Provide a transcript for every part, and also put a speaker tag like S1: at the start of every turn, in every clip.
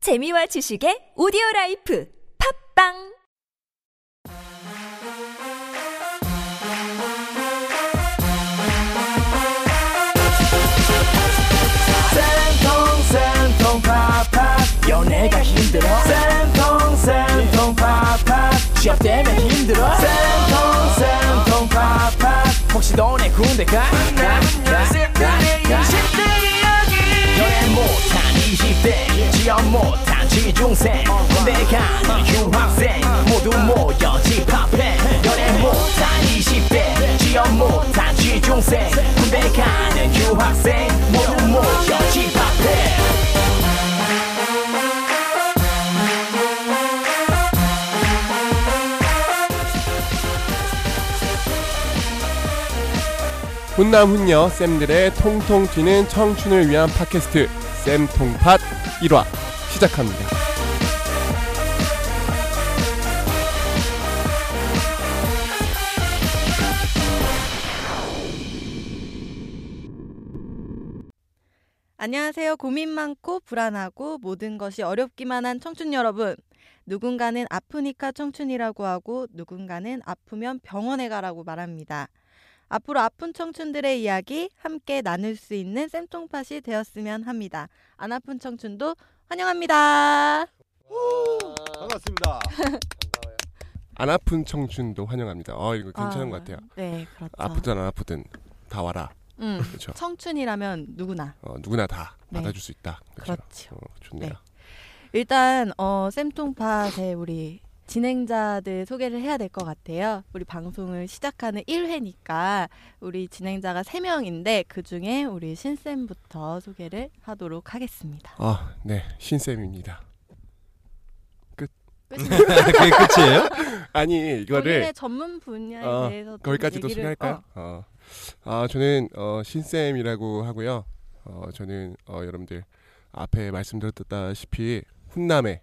S1: 재미와 지식의 오디오 라이프 팝빵
S2: 쌤통 쌤통 팝팝 연애가 힘들어 쌤통 쌤통 팝팝 취업 때문에 힘들어 쌤통 쌤통 팝팝 혹시 너네 군대 가? 연애 못한 20대 취업 못한 취중생 군대 간 유학생 모두 모여 집합해 연애 못한 20대 취업 못한 취중생 군대 가는 유학생 모두 모여 집합해
S3: 훈남 훈녀 쌤들의 통통 튀는 청춘을 위한 팟캐스트 쌤통팟 1화 시작합니다.
S4: 안녕하세요. 고민 많고 불안하고 모든 것이 어렵기만 한 청춘 여러분. 누군가는 아프니까 청춘이라고 하고 누군가는 아프면 병원에 가라고 말합니다. 앞으로 아픈 청춘들의 이야기 함께 나눌 수 있는 쌤통팟이 되었으면 합니다. 안 아픈 청춘도 환영합니다.
S5: 반갑습니다.
S3: 안 아픈 청춘도 환영합니다. 어 이거 괜찮은 것 같아요.
S4: 네, 그렇죠.
S3: 아프든 안 아프든 다 와라.
S4: 음,
S3: 그렇죠.
S4: 청춘이라면 누구나.
S3: 어, 누구나 다
S4: 네.
S3: 받아줄 수 있다. 그렇죠.
S4: 그렇죠.
S3: 어, 좋네요.
S4: 네. 일단 어, 쌤통팟의 우리 진행자들 소개를 해야 될 것 같아요. 우리 방송을 시작하는 1회니까 우리 진행자가 3명인데 그중에 우리 신쌤부터 소개를 하도록 하겠습니다.
S3: 아, 네 신쌤입니다.
S5: 그게 끝이에요?
S3: 아니 이거를
S4: 본인의 전문 분야에
S3: 어,
S4: 대해서 네, 좀
S3: 거기까지도
S4: 얘기를-
S3: 소개할까요?
S4: 어,
S3: 어. 아 저는 어, 신쌤이라고 하고요. 어 저는 어, 여러분들 앞에 말씀드렸다시피 훈남에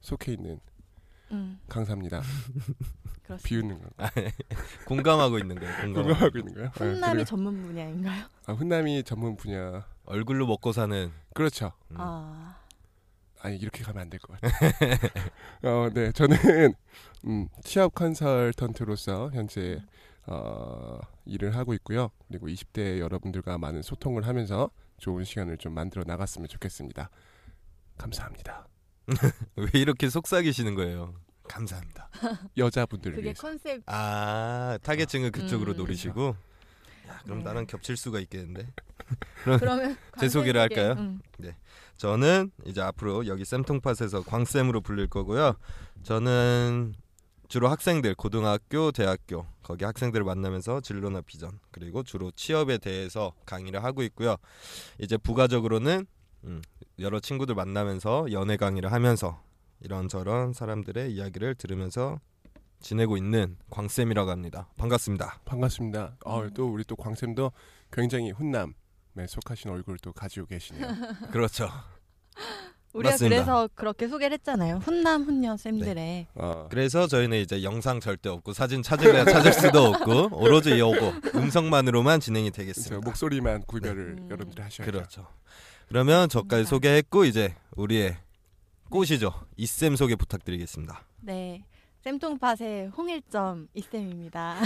S3: 속해 있는
S4: 음,
S3: 강사입니다.
S4: 그렇습니다.
S3: 비웃는 거.
S5: 공감하고 있는 거예요. 공감.
S3: 공감하고 있는 거예요? 네,
S4: 훈남이
S3: 그래요.
S4: 전문 분야인가요?
S3: 아, 훈남이 전문 분야.
S5: 얼굴로 먹고 사는
S3: 그렇죠.
S5: 음.
S4: 아,
S3: 아니 이렇게 가면 안 될 것 같아요. 어, 네, 저는 음, 취업 컨설턴트로서 현재 어, 일을 하고 있고요. 그리고 20대 여러분들과 많은 소통을 하면서 좋은 시간을 좀 만들어 나갔으면 좋겠습니다. 감사합니다.
S5: 왜 이렇게 속삭이시는 거예요? 감사합니다.
S3: 여자분들을
S4: 그게
S3: 위해서.
S4: 컨셉.
S5: 아 타겟층을 그쪽으로
S4: 음.
S5: 노리시고 야, 그럼
S4: 네.
S5: 나랑 겹칠 수가 있겠는데.
S4: 그러면
S5: 제 소개를
S4: 관계 소개.
S5: 할까요?
S4: 음.
S5: 저는 이제 앞으로 여기 쌤통팟에서 광쌤으로 불릴 거고요. 저는 주로 학생들 고등학교, 대학교 거기 학생들을 만나면서 진로나 비전 그리고 주로 취업에 대해서 강의를 하고 있고요. 이제 부가적으로는 음, 여러 친구들 만나면서 연애 강의를 하면서 이런저런 사람들의 이야기를 들으면서 지내고 있는 광쌤이라고 합니다. 반갑습니다.
S3: 반갑습니다. 어, 또 우리 또 광쌤도 굉장히 훈남에 속하신 얼굴을 또 가지고 계시네요.
S5: 그렇죠.
S4: 우리가
S5: 맞습니다.
S4: 그래서 그렇게 소개를 했잖아요. 훈남 훈녀 쌤들의
S3: 어,
S5: 그래서 저희는 이제 영상 절대 없고 사진 찾을래야 찾을 수도 없고 오로지 요거 음성만으로만 진행이
S3: 그래서
S5: 되겠습니다.
S3: 그렇죠. 목소리만 구별을
S4: 음.
S3: 여러분들이 하셔야죠.
S5: 그렇죠. 그러면 저까지
S3: 네.
S4: 감사합니다.
S5: 소개했고 이제 우리의 꽃이죠. 이쌤 소개 부탁드리겠습니다.
S4: 네. 쌤통팟의 홍일점 이쌤입니다.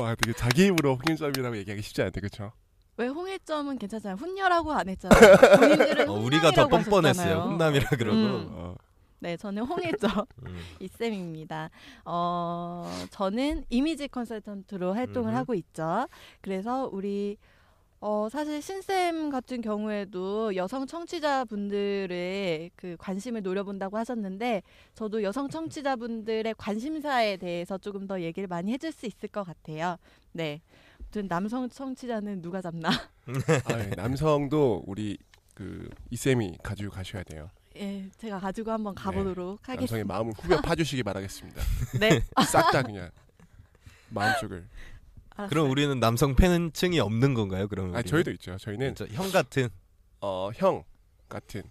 S3: 와 되게 자기 입으로 홍일점이라고 얘기하기 쉽지 않대 그렇죠?
S4: 왜 홍일점은 괜찮잖아요. 훈녀라고 안 했잖아요. 본인들은
S5: 어,
S3: 음.
S5: 우리가 더
S4: 훈남이라고
S5: 뻔뻔했어요.
S4: 하셨잖아요.
S5: 훈남이라 그러고.
S4: 음.
S3: 어,
S4: 네, 저는 홍일점
S5: 음.
S4: 이쌤입니다. 어, 저는 이미지 컨설턴트로 활동을
S5: 음흠.
S4: 하고 있죠. 그래서 우리 어, 사실 신쌤 같은 경우에도 여성 청취자분들의 그 관심을 노려본다고 하셨는데 저도 여성 청취자분들의 관심사에 대해서 조금 더 얘기를 많이 해줄 수 있을 것 같아요. 네. 아무튼 남성 청취자는 누가 잡나?
S3: 아, 예. 남성도 우리 그 이쌤이 가지고 가셔야 돼요.
S4: 예, 제가 가지고 한번 가보도록
S5: 네,
S3: 남성의
S4: 하겠습니다.
S3: 마음을 후벼 파주시기 바라겠습니다.
S4: 네,
S3: 싹 다 그냥 마음속을.
S4: 알았어요.
S5: 그럼 우리는 남성 팬층이 없는 건가요? 그러면
S3: 아
S5: 우리는?
S3: 저희도 있죠. 저희는
S5: 그렇죠. 형 같은
S3: 어, 형 같은.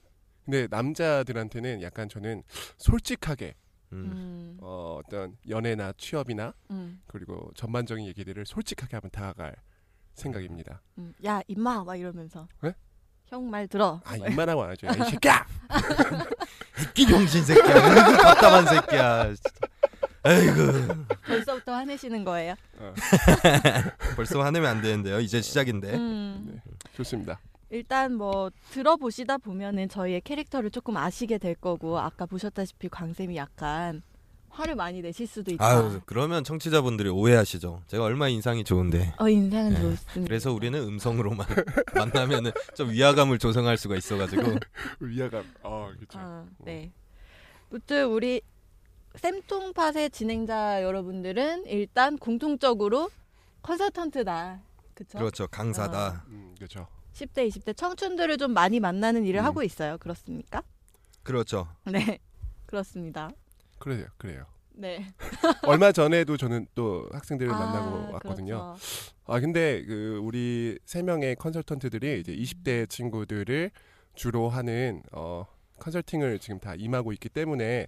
S3: 근데 남자들한테는 약간 저는 솔직하게
S5: 음.
S4: 음,
S3: 어, 어떤 연애나 취업이나
S4: 음,
S3: 그리고 전반적인 얘기들을 솔직하게 한번 다가갈 생각입니다.
S4: 음. 야 임마 막 이러면서
S3: 네?
S4: 형 말 들어.
S3: 아 입만 하고 안 하죠. 야, 이 새끼야.
S5: 새끼 병신 새끼야. 답답한 새끼야. 진짜. 아이고.
S4: 벌써부터 화내시는 거예요.
S5: 벌써 화내면 안 되는데요. 이제 시작인데.
S4: 음.
S3: 좋습니다.
S4: 일단 뭐 들어보시다 보면은 저희의 캐릭터를 조금 아시게 될 거고 아까 보셨다시피 광쌤이 약간 화를 많이 내실 수도 있다.
S5: 아유, 그러면 청취자분들이 오해하시죠. 제가 얼마 인상이 좋은데.
S4: 어 인상은
S5: 네.
S4: 좋습니다.
S5: 그래서 우리는 음성으로만 만나면은 좀 위화감을 조성할 수가 있어가지고
S4: 그렇죠.
S3: 위화감. 어 그렇죠.
S4: 아, 네. 무튼 우리 쌤통팟의 진행자 여러분들은 일단 공통적으로 컨설턴트다. 그쵸?
S5: 그렇죠
S4: 아.
S5: 강사다.
S3: 음 그렇죠.
S4: 10대, 20대 청춘들을 좀 많이 만나는 일을
S3: 음.
S4: 하고 있어요. 그렇습니까?
S5: 그렇죠.
S4: 네. 그렇습니다.
S3: 그래요. 그래요.
S4: 네.
S3: 얼마 전에도 저는 또 학생들을
S4: 아,
S3: 만나고 왔거든요.
S4: 그렇죠.
S3: 아 근데 그 우리 세 명의 컨설턴트들이 이제 20대 친구들을 주로 하는 어 컨설팅을 지금 다 임하고 있기 때문에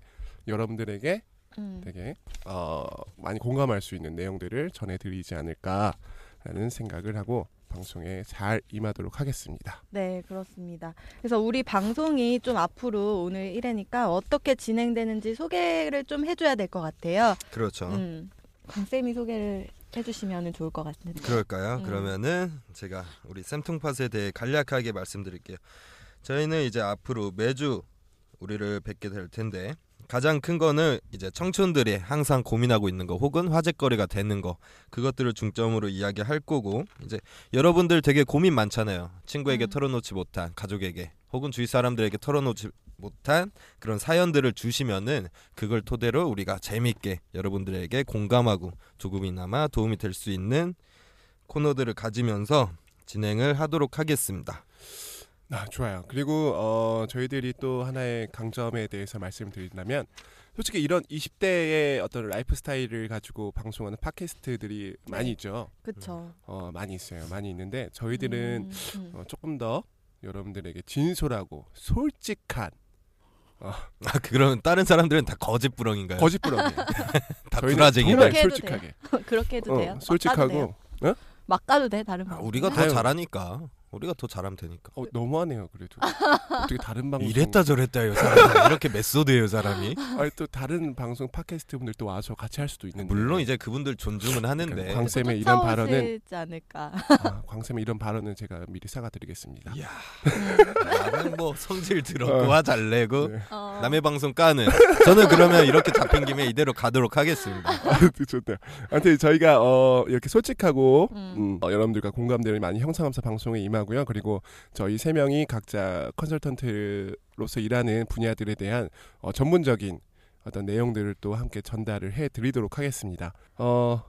S3: 여러분들에게
S4: 음.
S3: 되게 어 많이 공감할 수 있는 내용들을 전해드리지 않을까라는 생각을 하고 방송에 잘 임하도록 하겠습니다.
S4: 네, 그렇습니다. 그래서 우리 방송이 좀 앞으로 오늘 1회니까 어떻게 진행되는지 소개를 좀 해줘야 될 것 같아요.
S5: 그렇죠.
S4: 음, 강쌤이 소개를 해주시면 좋을 것 같은데.
S5: 그럴까요?
S4: 음.
S5: 그러면은 제가 우리 쌤통팟에 대해 간략하게 말씀드릴게요. 저희는 이제 앞으로 매주 우리를 뵙게 될 텐데 가장 큰 거는 이제 청춘들이 항상 고민하고 있는 거 혹은 화제거리가 되는 거 그것들을 중점으로 이야기할 거고 이제 여러분들 되게 고민 많잖아요. 친구에게
S4: 음.
S5: 털어놓지 못한 가족에게 혹은 주위 사람들에게 털어놓지 못한 그런 사연들을 주시면은 그걸 토대로 우리가 재밌게 여러분들에게 공감하고 조금이나마 도움이 될 수 있는 코너들을 가지면서 진행을 하도록 하겠습니다.
S3: 아, 좋아요. 그리고 어, 저희들이 또 하나의 강점에 대해서 말씀드린다면 솔직히 이런 20대의 어떤 라이프 스타일을 가지고 방송하는 팟캐스트들이
S4: 네.
S3: 많이 있죠.
S4: 그쵸.
S3: 어, 많이 있어요. 많이 있는데 저희들은
S4: 음, 음.
S3: 어, 조금 더 여러분들에게 진솔하고 솔직한
S5: 아, 그러면 다른 사람들은 다 거짓부렁인가요?
S3: 거짓부렁이에요.
S5: 다
S3: 네. 저희는
S5: 구라쟁이들.
S3: 정말
S4: 그렇게 해도
S3: 솔직하게.
S4: 음. 그렇게 해도
S3: 어,
S4: 돼요. 막 까도 돼요?
S3: 솔직하고
S4: 막 가도 돼 다른
S5: 아,
S4: 방.
S5: 우리가 더
S3: 아유.
S5: 잘하니까. 우리가 더 잘하면 되니까.
S3: 어, 너무하네요. 그래도 어떻게 다른 방송
S5: 이랬다 저랬다요 사람. 이렇게 메소드예요 사람이.
S3: 아니, 또 다른 방송 팟캐스트 분들 또 와서 같이 할 수도 있는데 그러니까
S5: 물론 이제 네. 그분들 존중은 하는데.
S3: 광 쌤의 이런 발언은
S4: 지 않을까.
S3: 아, 광쌤의 이런 발언은 제가 미리 사과드리겠습니다.
S5: 이야,
S4: 음,
S5: 나는 뭐 성질 더럽고
S3: 어.
S5: 화잘 내고
S3: 네.
S4: 어.
S5: 남의 방송 까는. 저는 그러면 이렇게 잡힌 김에 이대로 가도록 하겠습니다.
S3: 아, 좋네요. 아무튼 저희가 어, 이렇게 솔직하고
S4: 음.
S3: 음, 어, 여러분들과 공감대를 많이 형성하면서 방송에 임하고요. 그리고 저희 세 명이 각자 컨설턴트로서 일하는 분야들에 대한 어, 전문적인 어떤 내용들을 또 함께 전달을 해드리도록 하겠습니다. 어,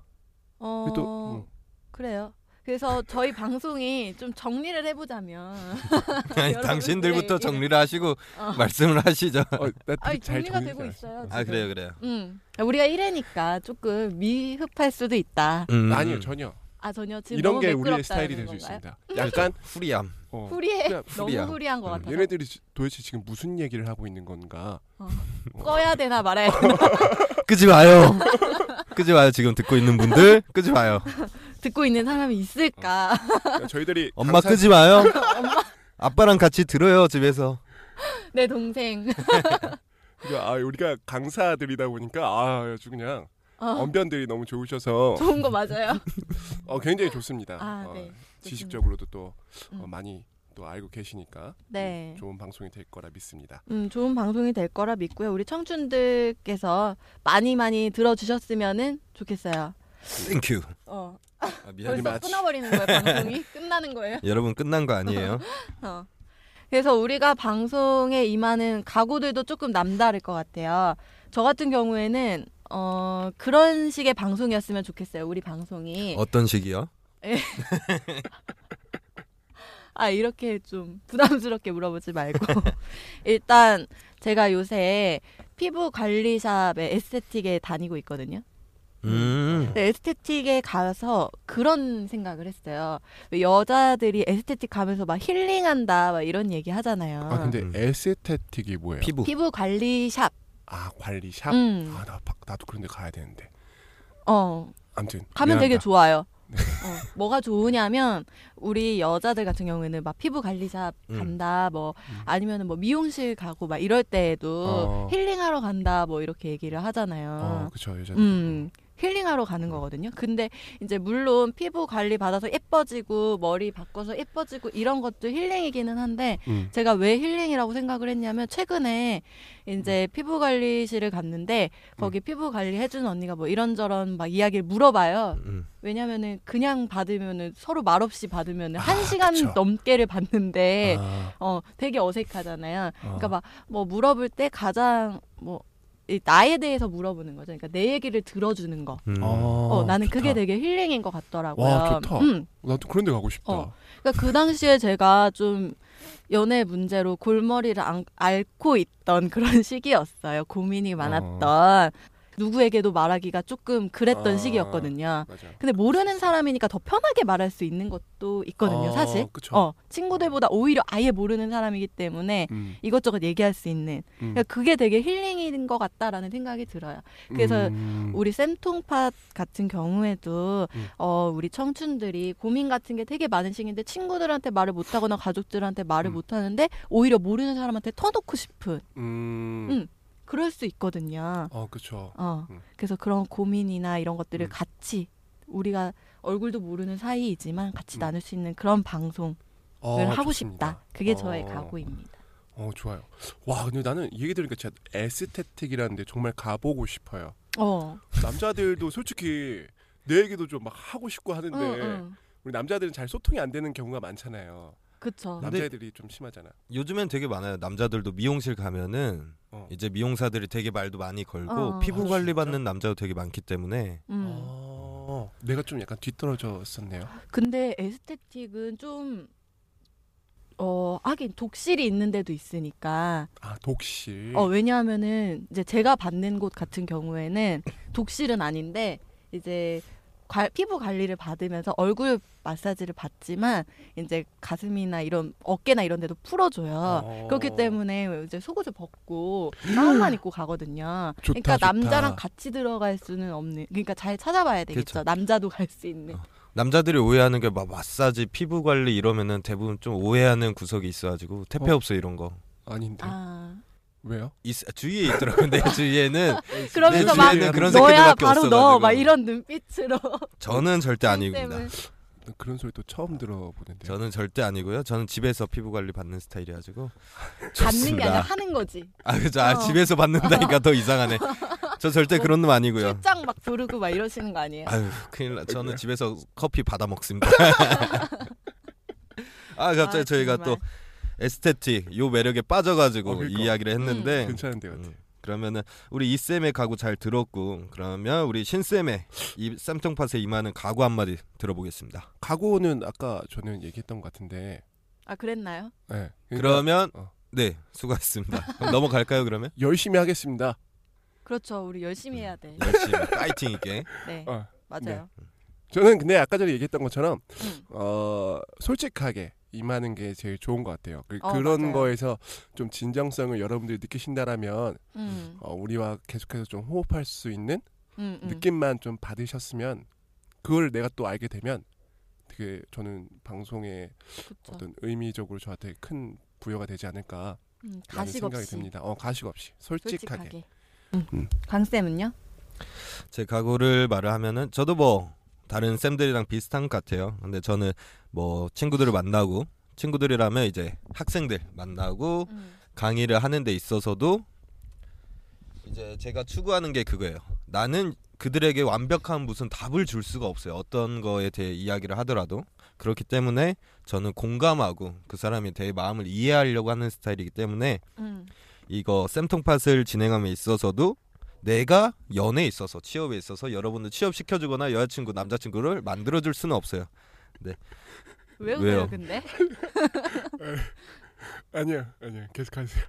S4: 어,
S3: 그리고 또 음,
S4: 그래요. 그래서 저희 방송이 좀 정리를 해보자면.
S5: 아니,
S4: 여러분들의
S5: 당신들부터
S4: 얘기를-
S5: 정리를 하시고
S4: 어.
S5: 말씀을 하시죠.
S3: 어, 나 되게
S4: 아니,
S3: 잘
S4: 정리가
S3: 정리를
S4: 되고
S3: 잘-
S4: 있어요.
S5: 아
S4: 지금.
S5: 그래요 그래요.
S4: 음, 우리가 1회니까 조금 미흡할 수도 있다.
S5: 음.
S3: 아니요 전혀
S4: 아 전혀 지금
S3: 이런
S4: 너무
S3: 게 우리의
S4: 매끄럽다는
S3: 스타일이 될 수
S4: 건가요?
S3: 있습니다. 약간
S5: 후리함.
S3: 어,
S4: 후리해.
S3: 그냥
S5: 후리야.
S4: 너무 후리한 것
S5: 음,
S4: 같아서.
S3: 얘네들이 지- 도대체 지금 무슨 얘기를 하고 있는 건가?
S4: 꺼야 되나 말아야 되나
S5: 끄지 마요. 끄지 마요. 지금 듣고 있는 분들 끄지 마요.
S4: 듣고 있는 사람이 있을까?
S3: 그러니까 저희들이
S5: 엄마
S3: 강사-
S5: 끄지 마요. 아빠랑 같이 들어요 집에서.
S4: 내 동생.
S3: 그러니까 아, 우리가 강사들이다 보니까 아 아주 그냥
S4: 어,
S3: 언변들이 너무 좋으셔서
S4: 좋은 거 맞아요.
S3: 어, 굉장히 좋습니다.
S4: 아,
S3: 어,
S4: 네.
S3: 지식적으로도 또 어,
S4: 음.
S3: 많이 또 알고 계시니까
S4: 네.
S3: 음, 좋은 방송이 될 거라 믿습니다.
S4: 음, 좋은 방송이 될 거라 믿고요. 우리 청춘들께서 많이 많이 들어주셨으면 좋겠어요.
S5: 땡큐.
S4: 어,
S5: 아, 미안.
S4: 벌써
S3: 마치-
S4: 끊어버리는 거예요. 방송이 끝나는 거예요.
S5: 여러분 끝난 거 아니에요.
S4: 어. 그래서 우리가 방송에 임하는 각오들도 조금 남다를 것 같아요. 저 같은 경우에는 어, 그런 식의 방송이었으면 좋겠어요. 우리 방송이
S5: 어떤 식이요?
S4: 아 이렇게 좀 부담스럽게 물어보지 말고 일단 제가 요새 피부 관리 샵에 에스테틱에 다니고 있거든요.
S5: 음.
S4: 근데 에스테틱에 가서 그런 생각을 했어요. 왜 여자들이 에스테틱 가면서 막 힐링한다 막 이런 얘기 하잖아요.
S3: 아 근데
S5: 음.
S3: 에스테틱이 뭐예요?
S5: 피부.
S4: 피부 관리 샵.
S3: 아 관리 샵. 아,
S4: 음.
S3: 아나 나도 그런데 가야 되는데.
S4: 어.
S3: 아무튼
S4: 가면 되게
S3: 미안합니다. 네.
S4: 좋아요. 어, 뭐가 좋으냐면 우리 여자들 같은 경우에는 막 피부 관리샵
S5: 음.
S4: 간다 뭐
S3: 음.
S4: 아니면은 뭐 미용실 가고 막 이럴 때에도
S3: 어.
S4: 힐링하러 간다 뭐 이렇게 얘기를
S3: 어,
S4: 하잖아요.
S3: 그쵸 여자.
S4: 음. 힐링하러 가는 거거든요. 근데 이제 물론 피부 관리 받아서 예뻐지고 머리 바꿔서 예뻐지고 이런 것도 힐링이기는 한데
S3: 음.
S4: 제가 왜 힐링이라고 생각을 했냐면 최근에
S3: 음.
S4: 이제 피부 관리실을 갔는데 거기 피부 관리 해준 언니가 뭐 이런저런 막 이야기를 물어봐요.
S5: 음.
S4: 왜냐면은 그냥 받으면은 서로 말없이 받으면은 한 시간
S3: 아, 그쵸.
S4: 넘게를 받는데
S3: 아,
S4: 어 되게 어색하잖아요.
S3: 어.
S4: 그러니까 막 뭐 물어볼 때 가장 뭐이 나에 대해서 물어보는 거죠. 그러니까 내 얘기를 들어주는 거.
S5: 음.
S4: 어, 나는
S3: 좋다.
S4: 그게 되게 힐링인 것 같더라고요.
S3: 와, 좋다.
S4: 음.
S3: 나도 그런 데 가고 싶다.
S4: 어. 그러니까 그 당시에 제가 좀 연애 문제로 골머리를 안- 앓고 있던 그런 시기였어요. 고민이 많았던 누구에게도 말하기가 조금 그랬던
S3: 아.
S4: 시기였거든요.
S3: 맞아.
S4: 근데 모르는 사람이니까 더 편하게 말할 수 있는 것도 있거든요,
S3: 어,
S4: 사실.
S3: 그쵸.
S4: 어, 친구들보다 오히려 아예 모르는 사람이기 때문에
S3: 음,
S4: 이것저것 얘기할 수 있는
S3: 음.
S4: 그러니까 그게 되게 힐링인 것 같다라는 생각이 들어요. 그래서
S3: 음.
S4: 우리 쌤통팟 같은 경우에도
S3: 음.
S4: 어, 우리 청춘들이 고민 같은 게 되게 많은 시기인데 친구들한테 말을 못하거나 가족들한테 말을
S3: 음.
S4: 못하는데 오히려 모르는 사람한테 터놓고 싶은
S3: 음.
S4: 음. 그럴 수 있거든요.
S3: 어, 그쵸.
S4: 어.
S3: 음.
S4: 그래서 그런 고민이나 이런 것들을
S3: 음.
S4: 같이 우리가 얼굴도 모르는 사이이지만 같이
S3: 음.
S4: 나눌 수 있는 그런 방송을
S3: 어, 좋습니다.
S4: 하고 싶다. 그게 저의
S3: 어.
S4: 각오입니다.
S3: 어, 좋아요. 와, 근데 나는 이 얘기 들으니까 진짜 에스테틱이라는데 정말 가보고 싶어요.
S4: 어.
S3: 남자들도 솔직히 내 얘기도 좀 막 하고 싶고 하는데
S4: 응, 어. 응.
S3: 우리 남자들은 잘 소통이 안 되는 경우가 많잖아요.
S4: 그쵸.
S5: 근데-
S3: 남자애들이 좀 심하잖아.
S5: 요즘엔 되게 많아요. 남자들도 미용실 가면은
S3: 어.
S5: 이제 미용사들이 되게 말도 많이 걸고
S4: 어.
S5: 피부
S3: 아,
S5: 관리
S3: 진짜?
S5: 받는 남자도 되게 많기 때문에
S4: 음.
S3: 어, 내가 좀 약간 뒤떨어졌었네요.
S4: 근데 에스테틱은 좀 어, 하긴 독실이 있는 데도 있으니까.
S3: 아, 독실.
S4: 어, 왜냐하면은 이제 제가 받는 곳 같은 경우에는 독실은 아닌데 이제 관- 피부 관리를 받으면서 얼굴 마사지를 받지만 이제 가슴이나 이런 어깨나 이런 데도 풀어줘요.
S3: 어.
S4: 그렇기 때문에 이제 속옷을 벗고 가운만 입고 가거든요.
S3: 좋다,
S4: 그러니까
S3: 좋다.
S4: 남자랑 같이 들어갈 수는 없는. 그러니까 잘 찾아봐야 되겠죠.
S5: 그쵸.
S4: 남자도 갈 수 있는.
S5: 어. 남자들이 오해하는 게 막 마사지, 피부 관리 이러면은 대부분 좀 오해하는 구석이 있어가지고 태페업소 이런 거
S3: 아닌데.
S4: 아.
S3: 왜요?
S5: 있, 주위에 있더라고요. 내 주위에는
S4: 그러면서 막
S5: 주위에는 네, 그런
S4: 너야
S5: 새끼들밖에
S4: 바로 너
S5: 없어가지고.
S4: 막 이런 눈빛으로
S5: 저는 절대
S4: 때문에.
S5: 아닙니다.
S3: 그런 소리 또 처음 들어보는데.
S5: 저는 절대 아니고요. 저는 집에서 피부 관리 받는 스타일이어가지고
S4: 받는 게 아니라
S5: 좋습니다.
S4: 하는 거지
S5: 아 그죠. 아,
S4: 어.
S5: 집에서 받는다니까 더 이상하네. 저 절대 그런 놈 아니고요.
S4: 출장 막 부르고 막 이러시는 거 아니에요?
S5: 아유 큰일 나. 저는 집에서 커피 받아 먹습니다. 아 갑자기
S4: 아,
S5: 저희가
S4: 정말.
S5: 또 에스테틱 요 매력에 빠져가지고
S3: 어, 그러니까.
S5: 이야기를 했는데
S3: 괜찮은데 같아.
S5: 음, 그러면은 우리 이 쌤의 가구 잘 들었고 그러면 우리 신 쌤의 이 쌈통팟에 임하는 가구 한 마디 들어보겠습니다.
S3: 각오는 아까 저는 얘기했던 것 같은데.
S4: 아 그랬나요?
S3: 네.
S5: 그
S3: 그러니까
S5: 러면
S3: 어.
S5: 네 수고하셨습니다. 그럼 넘어갈까요 그러면?
S3: 열심히 하겠습니다.
S4: 그렇죠 우리 열심히 해야 돼.
S5: 열심히 뭐 파이팅 있게.
S4: 네
S3: 어.
S4: 맞아요.
S3: 저는 근데 아까 전에 얘기했던 것처럼
S5: 네.
S4: 음.
S3: 어, 솔직하게 임하는 게 제일 좋은 것 같아요. 그,
S4: 어,
S3: 런
S4: 맞아요.
S3: 거에서 좀 진정성을 여러분들이 느끼신다라면
S4: 음.
S3: 어, 우리와 계속해서 좀 호흡할 수 있는
S4: 음, 음.
S3: 느낌만 좀 받으셨으면 그걸 내가 또 알게 되면 되게 저는 방송의
S4: 그쵸.
S3: 어떤 의미적으로 저한테 큰 부여가 되지 않을까
S4: 음,
S3: 라는
S4: 가식
S3: 생각이
S4: 없이
S3: 듭니다. 어, 가식 없이 솔직하게.
S4: 솔직하게. 음. 광 쌤은요?
S5: 제 가구를 말을 하면은 저도 뭐 다른 쌤들이랑 비슷한 것 같아요. 근데 저는 뭐 친구들을 만나고 친구들이라면 이제 학생들 만나고
S4: 음.
S5: 강의를 하는 데 있어서도 이제 제가 추구하는 게 그거예요. 나는 그들에게 완벽한 무슨 답을 줄 수가 없어요. 어떤 거에 대해 이야기를 하더라도 그렇기 때문에 저는 공감하고 그 사람에 대해 마음을 이해하려고 하는 스타일이기 때문에
S4: 음.
S5: 이거 쌤통팟을 진행함에 있어서도 내가 연애에 있어서 취업에 있어서 여러분을 취업시켜주거나 여자친구 남자친구를 만들어줄 수는 없어요.
S4: 왜 웃어요
S5: 왜요?
S4: 근데?
S3: 아니요, 아니요, 계속하세요.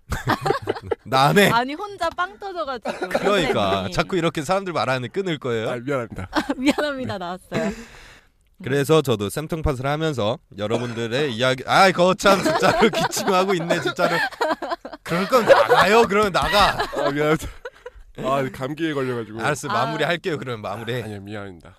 S5: 나 안 해.
S4: 아니 혼자 빵 터져가지고
S5: 그러니까
S4: 선생님이.
S5: 자꾸 이렇게 사람들 말하는 끊을
S3: 아,
S5: 거예요.
S3: 미안합니다.
S4: 미안합니다 나왔어요.
S5: 그래서 저도 쌤통팟을 하면서 여러분들의 이야기 아 거참 진짜로 기침하고 있네 진짜로 그럴 거면 나가요 그러면 나가
S3: 아, 미안합니다. 아, 감기에 걸려가지고.
S5: 알았어
S4: 아.
S5: 마무리할게요 그러면 마무리해
S3: 아니요, 미안합니다.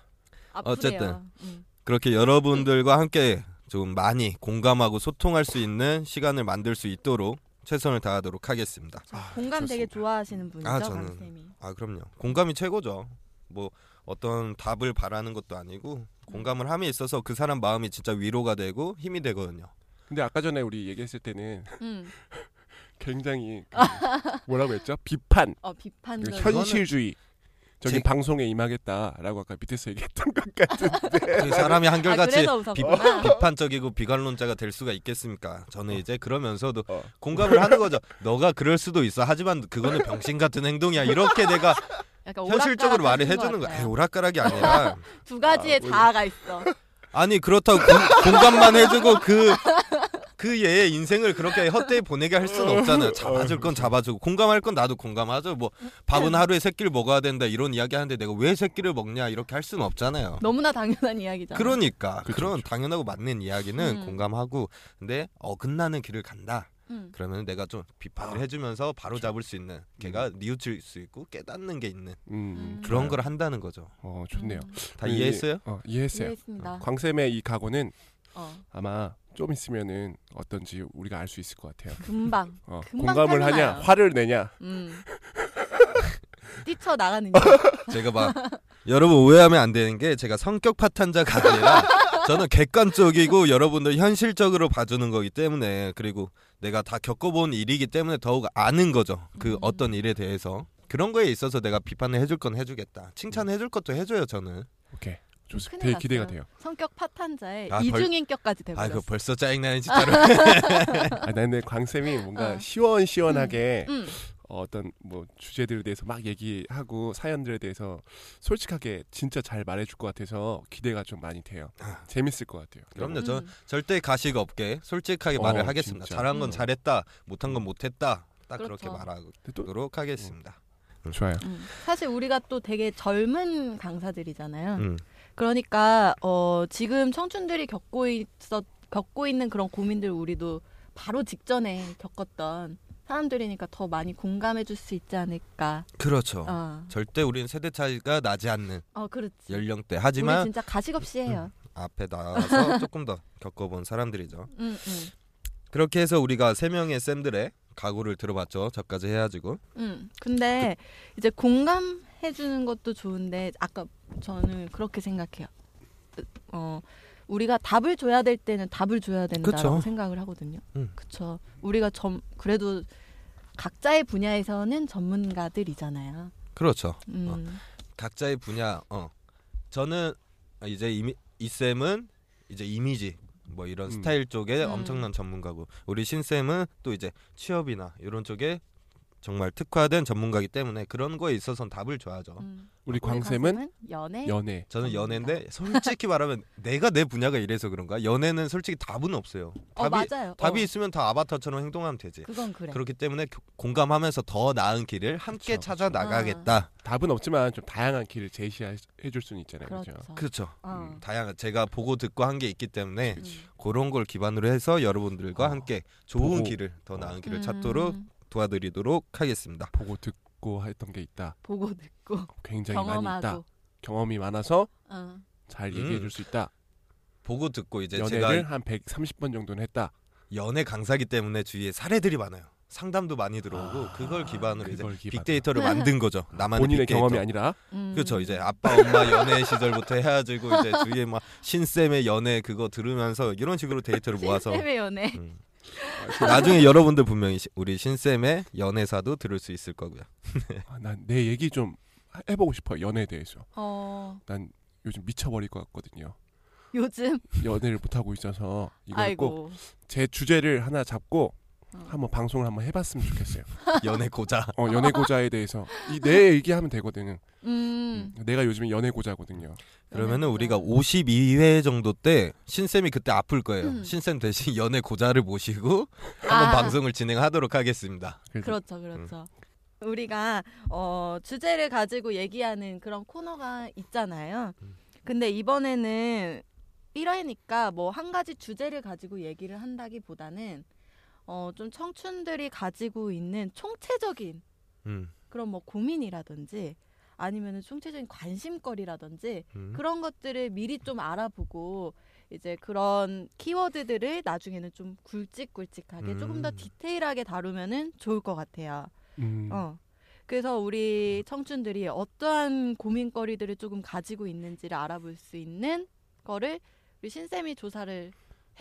S4: 아프네요.
S5: 어쨌든.
S4: 음.
S5: 그렇게 여러분들과 함께 좀 많이 공감하고 소통할 수 있는 시간을 만들 수 있도록 최선을 다하도록 하겠습니다.
S4: 공감 되게
S3: 좋습니다.
S4: 좋아하시는 분이죠,
S5: 아, 저는.
S4: 강쌤이.
S5: 아 그럼요. 공감이 최고죠. 뭐 어떤 답을 바라는 것도 아니고 공감을 함에 있어서 그 사람 마음이 진짜 위로가 되고 힘이 되거든요.
S3: 근데 아까 전에 우리 얘기했을 때는
S4: 음.
S3: 굉장히 그 뭐라고 했죠? 비판,
S4: 어 비판.
S3: 그리고
S5: 현-
S3: 현실주의. 저기
S5: 제-
S3: 방송에 임하겠다라고 아까 밑에서 얘기했던 것 같은데.
S5: 그 사람이
S4: 아,
S5: 한결같이
S4: 그래서 웃었구나.
S5: 비, 판적이고 비관론자가 될 수가 있겠습니까? 저는 이제 그러면서도
S3: 어.
S5: 공감을 하는 거죠. 너가 그럴 수도 있어. 하지만 그거는 병신 같은 행동이야. 이렇게 내가
S4: 약간 오락가락
S5: 현실적으로 말을
S4: 하신 것
S5: 해주는 거야.
S4: 같아요.
S5: 에이, 오락가락이 아니라
S4: 두 가지의 자아가 있어.
S5: 아니 그렇다고 공- 공감만 해주고 그 그 얘의 인생을 그렇게 헛되이 보내게 할 수는 없잖아요. 잡아줄 건 잡아주고 공감할 건 나도 공감하죠. 뭐 밥은 하루에 세 끼를 먹어야 된다 이런 이야기 하는데 내가 왜 세 끼를 먹냐 이렇게 할 수는 없잖아요.
S4: 너무나 당연한 이야기잖아.
S5: 그러니까
S3: 그쵸,
S5: 그런 당연하고 맞는 이야기는
S4: 음.
S5: 공감하고 근데 어긋나는 길을 간다.
S4: 음. 아.
S5: 그러면 내가 좀 비판을 해주면서 바로 잡을 수 있는 걔가 뉘우칠 수 있고 깨닫는 게 있는
S3: 음,
S5: 그런
S3: 좋아요.
S5: 걸 한다는 거죠.
S3: 어 좋네요.
S4: 음,
S5: 다
S3: 이-
S5: 이해했어요?
S3: 어, 이해했어요.
S4: 이해했습니다.
S3: 광쌤의 이 각오는
S4: 어,
S3: 아마 좀 있으면은 어떤지 우리가 알 수 있을 것 같아요.
S4: 금방.
S3: 어,
S4: 금방
S3: 공감을
S4: 살만해요.
S3: 하냐, 화를 내냐.
S4: 음. 뛰쳐 나가는.
S5: 제가 막 여러분 오해하면 안 되는 게 제가 성격 파탄자가 아니라 저는 객관적이고 여러분들 현실적으로 봐주는 거기 때문에 그리고 내가 다 겪어본 일이기 때문에 더욱 아는 거죠. 그 어떤 일에 대해서 그런 거에 있어서 내가 비판을 해줄 건 해주겠다. 칭찬을 해줄 것도 해줘요 저는.
S3: 오케이. 좋습니다.
S4: 큰일
S3: 되게 기대가
S4: 났어요.
S3: 돼요.
S4: 성격 파탄자의
S5: 아, 벌-
S4: 이중인격까지 돼버렸어.
S5: 아이고 벌써 짜증나네 진짜로.
S3: 아, 나 근데 광쌤이 뭔가
S4: 어.
S3: 시원시원하게
S4: 음.
S3: 어, 어떤 뭐 주제들에 대해서 막 얘기하고 사연들에 대해서 솔직하게 진짜 잘 말해줄 것 같아서 기대가 좀 많이 돼요. 재밌을 것 같아요.
S5: 그럼요.
S4: 저
S5: 저 절대 가식 없게 솔직하게
S3: 어,
S5: 말을 하겠습니다.
S3: 진짜.
S5: 잘한 건
S3: 음.
S5: 잘했다, 못한 건 못했다. 딱 그렇게
S4: 그렇죠.
S3: 근데 네, 또-
S5: 말하도록 하겠습니다.
S3: 좋아요.
S4: 음. 사실 우리가 또 되게 젊은 강사들이잖아요.
S5: 음.
S4: 그러니까 어, 지금 청춘들이 겪고 있어 겪고 있는 그런 고민들 우리도 바로 직전에 겪었던 사람들이니까 더 많이 공감해줄 수 있지 않을까.
S5: 그렇죠.
S4: 어,
S5: 절대 우리는 세대 차이가 나지 않는
S4: 어 그렇지.
S5: 연령대.
S4: 우리
S5: 하지만
S4: 진짜 가식 없이 해요.
S5: 앞에 나와서 조금 더 겪어본 사람들이죠.
S4: 음, 음,
S5: 그렇게 해서 우리가 세 명의 쌤들의 각오를 들어봤죠. 저까지 해가지고
S4: 음. 근데 이제 공감해주는 것도 좋은데 아까 저는 그렇게 생각해요. 어, 우리가 답을 줘야 될 때는 답을 줘야 된다라고
S5: 그쵸.
S4: 생각을 하거든요.
S5: 음.
S4: 그렇죠. 우리가 점 그래도 각자의 분야에서는 전문가들이잖아요.
S5: 그렇죠.
S4: 음.
S5: 각자의 분야. 어, 저는 이제 이미 이 쌤은 이제 이미지 뭐 이런
S3: 음.
S5: 스타일 쪽에
S4: 음.
S5: 엄청난 전문가고 우리 신 쌤은 또 이제 취업이나 이런 쪽에 정말 특화된 전문가이기 때문에 그런 거에 있어서는 답을 줘야죠.
S4: 음.
S3: 우리
S4: 우리
S3: 광쌤은
S4: 연애.
S3: 연애.
S5: 저는
S4: 전문가.
S5: 연애인데 솔직히 말하면 내가 내 분야가 이래서 그런가? 연애는 솔직히 답은 없어요.
S4: 어
S5: 답이
S4: 맞아요.
S5: 답이
S4: 어,
S5: 있으면 다 아바타처럼 행동하면 되지.
S4: 그건 그래.
S5: 그렇기 때문에 교- 공감하면서 더 나은 길을 함께
S3: 그쵸,
S5: 찾아
S3: 그쵸.
S5: 나가겠다.
S3: 답은 없지만 좀 다양한 길을 제시해 줄 수는 있잖아요. 그렇죠.
S4: 그렇죠.
S5: 그렇죠.
S4: 어.
S3: 음,
S5: 다양한 제가 보고 듣고 한 게 있기 때문에
S4: 음.
S5: 그런 걸 기반으로 해서 여러분들과
S3: 어,
S5: 함께 좋은
S3: 보고.
S5: 길을 더 나은 길을
S4: 음.
S5: 찾도록 도와드리도록 하겠습니다.
S3: 보고 듣고 했던 게 있다.
S4: 보고 듣고
S3: 굉장히 많이 있다.
S4: 경험하고.
S3: 경험이 많아서
S4: 어.
S3: 잘
S5: 음.
S3: 얘기해 줄 수 있다.
S5: 보고 듣고 이제
S3: 연애를
S5: 제가
S3: 한 130번 정도는 했다.
S5: 연애 강사기 때문에 주위에 사례들이 많아요. 상담도 많이 들어오고 그걸 기반으로 이제
S3: 아, 그걸 기반으로.
S5: 빅데이터를 만든 거죠. 나만의
S3: 본인의
S5: 빅데이터.
S3: 경험이 아니라
S4: 음.
S5: 그렇죠. 이제 아빠 엄마 연애 시절부터 헤어지고 이제 주위에 막 신쌤의 연애 그거 들으면서 이런 식으로 데이터를 모아서
S4: 해외 연애.
S5: 음. 나중에 여러분들 분명히 시- 우리 신쌤의 연애사도 들을 수 있을 거고요.
S3: 아, 난내 얘기 좀 해보고 싶어요. 연애에 대해서.
S4: 어
S3: 난 요즘 미쳐버릴 것 같거든요.
S4: 요즘
S3: 연애를 못하고 있어서 이걸 꼭
S4: 아이고.
S3: 제 주제를 하나 잡고
S4: 어.
S3: 한번 방송을 한번 해봤으면 좋겠어요.
S5: 연애 고자.
S3: 어, 연애고자에 대해서 이 내 얘기하면 되거든요.
S4: 음.
S3: 내가 요즘에 연애고자거든요.
S5: 그러면은 우리가 52회 정도 때 신쌤이 그때 아플 거예요.
S4: 음.
S5: 신쌤 대신 연애 고자를 모시고 한번
S4: 아.
S5: 방송을 진행하도록 하겠습니다.
S3: 그래서
S4: 그렇죠, 그렇죠. 우리가 어, 주제를 가지고 얘기하는 그런 코너가 있잖아요.
S3: 음.
S4: 근데 이번에는 1회니까 뭐 한 가지 주제를 가지고 얘기를 한다기보다는 어, 좀 청춘들이 가지고 있는 총체적인
S5: 음.
S4: 그런 뭐 고민이라든지 아니면은 총체적인 관심거리라든지
S5: 음.
S4: 그런 것들을 미리 좀 알아보고 이제 그런 키워드들을 나중에는 좀 굵직굵직하게 조금 더
S5: 음.
S4: 디테일하게 다루면은 좋을 것 같아요.
S3: 음.
S4: 어. 그래서 우리 청춘들이 어떠한 고민거리들을 조금 가지고 있는지를 알아볼 수 있는 거를 우리 신쌤이 조사를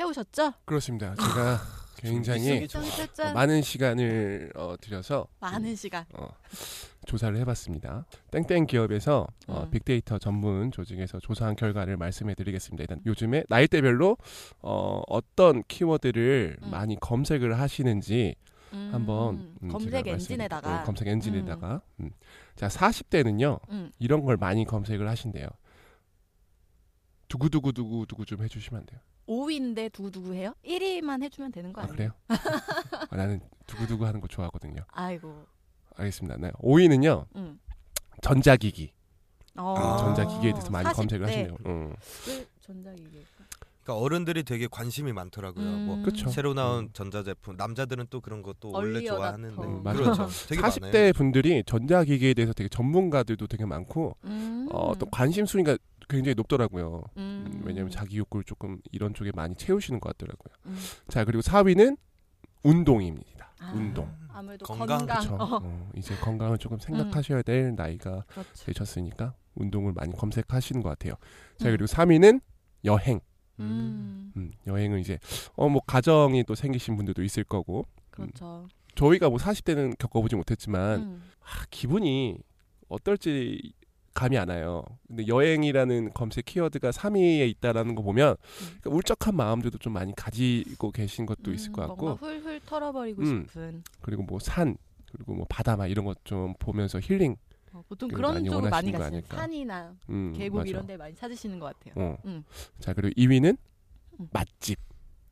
S4: 해오셨죠?
S3: 그렇습니다. 제가
S4: 아,
S3: 굉장히 어,
S5: 좀
S4: 짠짠짠
S3: 많은 시간을 어, 들여서
S4: 많은 시간.
S3: 어, 조사를 해봤습니다. 땡땡 기업에서 어,
S4: 음.
S3: 빅데이터 전문 조직에서 조사한 결과를 말씀해드리겠습니다. 일단 요즘에 나이대별로 어, 어떤 키워드를
S4: 음.
S3: 많이 검색을 하시는지
S4: 음,
S3: 한번 음,
S4: 검색
S3: 제가 말씀드리-
S4: 엔진에다가
S3: 어, 검색 엔진에다가 음. 자 40대는요
S4: 음.
S3: 이런 걸 많이 검색을 하신대요. 두구두구 두구 두구 좀 해주시면 안 돼요.
S4: 5위인데 두구두구 해요? 1위만 해주면 되는 거
S3: 아,
S4: 아니에요?
S3: 그래요? 아, 나는 두구두구 하는 거 좋아하거든요.
S4: 아이고.
S3: 알겠습니다. 네. 5위는요
S4: 음.
S3: 전자기기
S4: 어.
S5: 아.
S3: 전자기기에 대해서 많이
S4: 40대.
S3: 검색을 하시네요. 음.
S4: 왜 전자기기?
S5: 그러니까 어른들이 되게 관심이 많더라고요. 뭐
S3: 그쵸.
S5: 새로 나온
S3: 음.
S5: 전자제품 남자들은 또 그런 것도 원래
S4: 얼리
S5: 좋아하는데
S4: 어댑터.
S3: 음, 맞아요.
S5: 그렇죠. 되게
S3: 40대
S5: 많아요.
S3: 분들이 전자기기에 대해서 되게 전문가들도 되게 많고
S4: 음.
S3: 어, 또 관심 순위가 굉장히 높더라고요. 음,
S4: 음.
S3: 왜냐하면 자기 욕구를 조금 이런 쪽에 많이 채우시는 것 같더라고요.
S4: 음.
S3: 자 그리고 4위는 운동입니다.
S4: 아,
S3: 운동.
S4: 아무래도
S5: 건강.
S4: 건강.
S3: 그렇죠.
S4: 어, 음.
S3: 어, 이제 건강을 조금 생각하셔야 될 나이가
S4: 그렇죠.
S3: 되셨으니까 운동을 많이 검색하시는 것 같아요. 자
S4: 음.
S3: 그리고 3위는 여행.
S4: 음.
S3: 음, 여행은 이제 어 뭐 가정이 또 생기신 분들도 있을 거고
S4: 그렇죠.
S3: 저희가 뭐 40대는 겪어보지 못했지만
S4: 음.
S3: 아, 기분이 어떨지 감이 안 와요. 근데 여행이라는 검색 키워드가 3위에 있다라는 거 보면 그러니까 울적한 마음들도 좀 많이 가지고 계신 것도 있을
S4: 음,
S3: 것
S4: 뭔가
S3: 같고
S4: 훌훌 털어버리고
S3: 음.
S4: 싶은.
S3: 그리고 뭐 산 그리고 뭐 바다 막 이런 것 좀 보면서 힐링
S4: 어, 보통
S3: 그걸
S4: 그런
S3: 많이
S4: 쪽으로
S3: 원하시는
S4: 많이
S3: 거
S4: 가시는
S3: 아닐까?
S4: 산이나
S3: 음,
S4: 계곡
S3: 맞아.
S4: 이런 데 많이 찾으시는 것 같아요.
S3: 어.
S4: 음.
S3: 자 그리고 2위는
S4: 음.
S3: 맛집.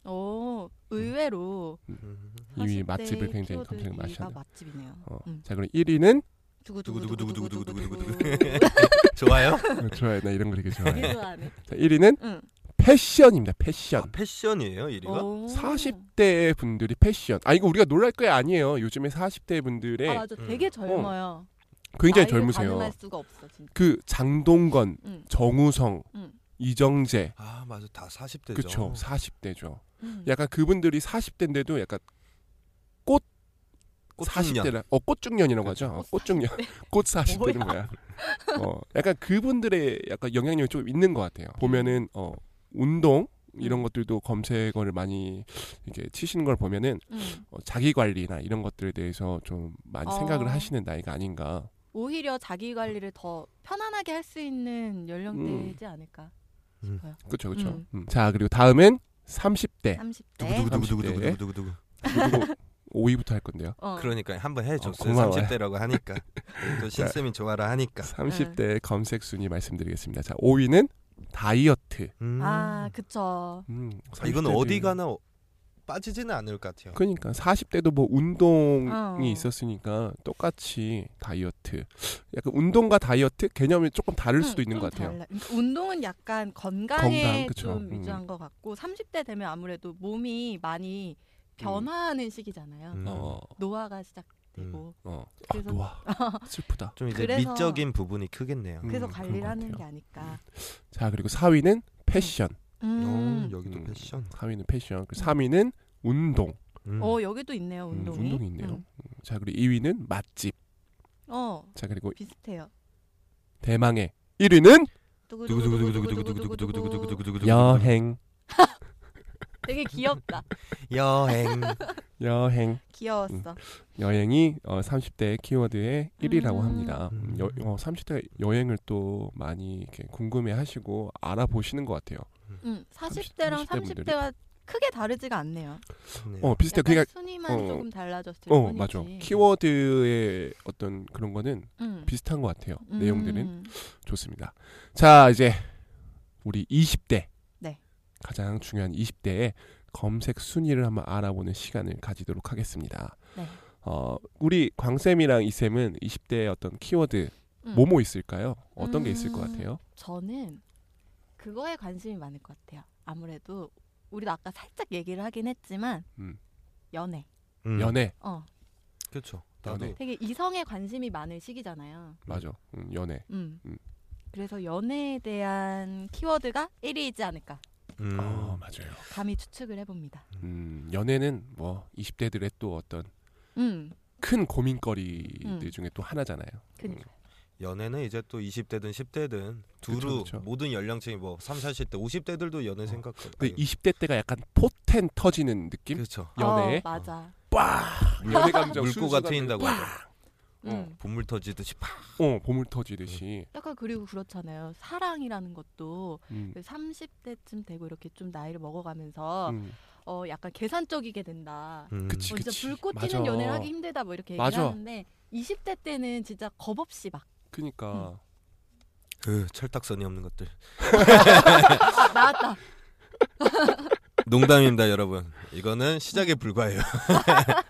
S4: 오 의외로
S5: 음.
S3: 2위
S4: 40대
S3: 맛집을 굉장히
S4: 키워드
S3: 검색을 많이
S4: 이가
S3: 하셨네요.
S4: 맛집이네요.
S3: 어.
S4: 음.
S3: 자 그리고 1위는
S5: 두구두구두구두구두구두구두구두구.
S4: 두구두구두구두구두구두구.
S5: 좋아요?
S3: 좋아요 나 이런 거 되게 좋아해.
S4: 되게 좋아하네.
S3: 자 1위는
S4: 응.
S3: 패션입니다.
S5: 아,
S3: 패션.
S5: 패션이에요, 이리가?
S4: 오.
S3: 40대 분들이 패션. 아 이거 우리가 놀랄 게 아니에요. 요즘에 40대 분들의
S4: 아 맞아, 되게 젊어요.
S3: 굉장히
S4: 나이를
S3: 젊으세요.
S4: 가늠할 수가 없어 진짜.
S3: 그 장동건,
S4: 응.
S3: 정우성,
S4: 응.
S3: 이정재,
S5: 아, 맞아. 다 40대죠.
S3: 그쵸, 40대죠.
S4: 응.
S3: 약간 그분들이 40대인데도 약간 꽃
S5: 꽃중년.
S3: 40대라, 어 꽃중년이라고 하죠. 어, 꽃중년, 꽃 40대는 뭐야? 어, 약간 그분들의 약간 영향력이 조금 있는 것 같아요. 보면은 어 운동 이런
S4: 음.
S3: 것들도 검색어를 많이 이렇게 치시는 걸 보면은
S4: 응.
S3: 어, 자기 관리나 이런 것들에 대해서 좀 많이
S4: 어.
S3: 생각을 하시는 나이가 아닌가.
S4: 오히려 자기 관리를 더 편안하게 할 수 있는 연령대이지 않을까.
S3: 그렇죠, 그렇죠.
S4: 음.
S3: 자 그리고 다음엔 30대.
S4: 30대.
S5: 두구두구두구두구두구두구두구.
S3: 그리고 5위부터 할 건데요.
S4: 어.
S5: 그러니까 한번 해줬어요.
S3: 어, 고마워요.
S5: 30대라고 하니까. 또 신쌤이 좋아라 하니까.
S4: 네.
S3: 30대 검색 순위 말씀드리겠습니다. 자, 5위는 다이어트.
S5: 음.
S4: 아, 그쵸.
S3: 음,
S5: 아,
S3: 30대
S5: 이건
S3: 도-
S5: 어디 가나 어- 빠지지는 않을 것 같아요.
S3: 그러니까 40대도 뭐 운동이
S4: 어.
S3: 있었으니까 똑같이 다이어트. 약간 운동과 다이어트 개념이 조금 다를 수도
S4: 응,
S3: 있는
S4: 음, 좀
S3: 것 같아요.
S4: 달라. 그러니까 운동은 약간 건강에
S3: 건강, 그쵸.
S4: 좀
S3: 음.
S4: 위주한 것 같고 30대 되면 아무래도 몸이 많이 변화하는 시기잖아요.
S5: 음.
S3: 어,
S4: 노화가 시작되고
S3: 어. 아,
S4: 그래서
S3: 노아. 슬프다.
S5: 좀 이제
S4: 그래서-
S5: 미적인 부분이 크겠네요.
S3: 음,
S4: 그래서
S3: 그런
S4: 관리를
S3: 것
S4: 하는 게
S3: 같아요.
S4: 아닐까.
S3: 자, 그리고 4위는 패션.
S5: 어,
S4: 음.
S5: 여기도
S3: 음.
S5: 패션.
S3: 4위는 패션. 그리고 3위는 운동.
S5: 음.
S4: 어 여기도 있네요
S3: 음,
S4: 운동이.
S3: 운동이 있네요.
S4: 음.
S3: 음, 자, 그리고 2위는 맛집.
S4: 어
S3: 자, 그리고
S4: 비슷해요.
S3: 대망의 1위는
S5: 두구두구두구두구두구두구두구두구두구두구두구.
S3: 여행.
S4: 되게 귀엽다.
S5: 여행.
S3: 여행.
S4: 귀여웠어.
S3: 여행이 어, 30대 키워드의 1위라고
S4: 음.
S3: 합니다. 음, 여, 어, 30대 여행을 또 많이 이렇게 궁금해하시고 알아보시는 것 같아요.
S4: 음, 40대랑
S3: 30대 분들이.
S4: 30대와 크게 다르지가 않네요.
S5: 네.
S3: 어 비슷해.
S4: 약간
S3: 그게
S4: 순위만
S3: 어.
S4: 조금 달라졌을
S3: 어
S4: 뿐이지.
S3: 맞아. 키워드의 어떤 그런 거는
S4: 음.
S3: 비슷한 것 같아요.
S4: 음.
S3: 내용들은 좋습니다. 자 이제 우리 20대
S4: 네.
S3: 가장 중요한 20대의 검색 순위를 한번 알아보는 시간을 가지도록 하겠습니다.
S4: 네.
S3: 어 우리 광 쌤이랑 이 쌤은 20대의 어떤 키워드
S4: 음.
S3: 뭐뭐 있을까요? 어떤 게 있을 것
S4: 음.
S3: 같아요?
S4: 저는 그거에 관심이 많을 것 같아요. 아무래도 우리도 아까 살짝 얘기를 하긴 했지만
S3: 음.
S4: 연애.
S5: 음.
S3: 연애.
S4: 어.
S5: 그렇죠. 나도.
S3: 연애.
S4: 되게 이성에 관심이 많을 시기잖아요.
S3: 맞아. 음, 연애.
S4: 음.
S3: 음.
S4: 그래서 연애에 대한 키워드가 1위이지 않을까
S5: 음.
S3: 어, 맞아요.
S4: 감히 추측을 해봅니다.
S3: 음, 연애는 뭐 20대들의 또 어떤
S4: 음,
S3: 큰 고민거리들
S4: 음.
S3: 중에 또 하나잖아요.
S4: 그니까
S5: 연애는 이제 또 20대든 10대든 두루
S3: 그쵸, 그쵸.
S5: 모든 연령층이 뭐 3, 40대, 50대들도 연애 생각하고
S3: 근데 20대 때가 약간 포텐 터지는 느낌?
S5: 그렇죠.
S3: 연애에
S4: 어, 맞아.
S3: 연애 감정
S5: 물고가
S3: 순수감이
S5: 트인다고
S3: 빡!
S5: 하죠.
S3: 어.
S4: 음.
S5: 보물 터지듯이 팍.
S3: 어, 보물 터지듯이.
S4: 약간 그리고 그렇잖아요. 사랑이라는 것도
S3: 음.
S4: 30대쯤 되고 이렇게 좀 나이를 먹어가면서
S3: 음.
S4: 어 약간 계산적이게 된다.
S5: 음.
S3: 그치.
S4: 어, 진짜 불꽃 튀는
S3: 맞아.
S4: 연애를 하기 힘들다 뭐 이렇게
S3: 맞아.
S4: 얘기하는데 20대 때는 진짜 겁 없이 막
S3: 그니까
S5: 으, 그 철딱선이 없는 것들.
S4: 아, 나왔다.
S5: 농담입니다, 여러분. 이거는 시작에 불과해요.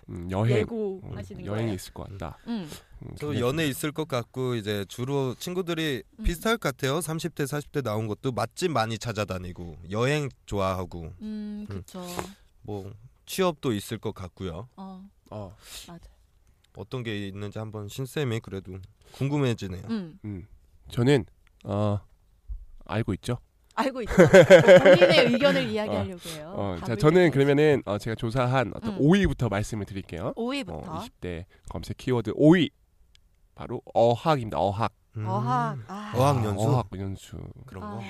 S3: 음, 여행
S4: 예고
S3: 음,
S4: 하시는
S3: 여행이
S4: 거예요.
S3: 있을 것 같다.
S4: 응.
S3: 음,
S5: 저
S3: 굉장히-
S5: 연애 있을 것 같고 이제 주로 친구들이
S4: 음.
S5: 비슷할 것 같아요. 30대, 40대 나온 것도 맛집 많이 찾아다니고 여행 좋아하고
S4: 음, 그쵸.
S5: 뭐 취업도 있을 것 같고요.
S4: 어,
S3: 어,
S4: 맞아.
S5: 어떤 게 있는지 한번 신쌤이 그래도 궁금해지네요.
S4: 음,
S3: 음. 저는 어 알고 있죠.
S4: 알고 있죠. 본인의 의견을 이야기하려고 해요.
S3: 어, 자
S4: 답을
S3: 저는
S4: 듣고
S3: 그러면은 어, 제가 조사한 어떤
S4: 음.
S3: 5위부터 말씀을 드릴게요.
S4: 있어요.
S3: 어,
S4: 5위부터
S3: 20대 검색 키워드 5위 바로 어학입니다. 어학.
S5: 음.
S4: 어학. 아,
S5: 어학. 연수?
S3: 어학 연수.
S5: 그런
S4: 아,
S5: 거.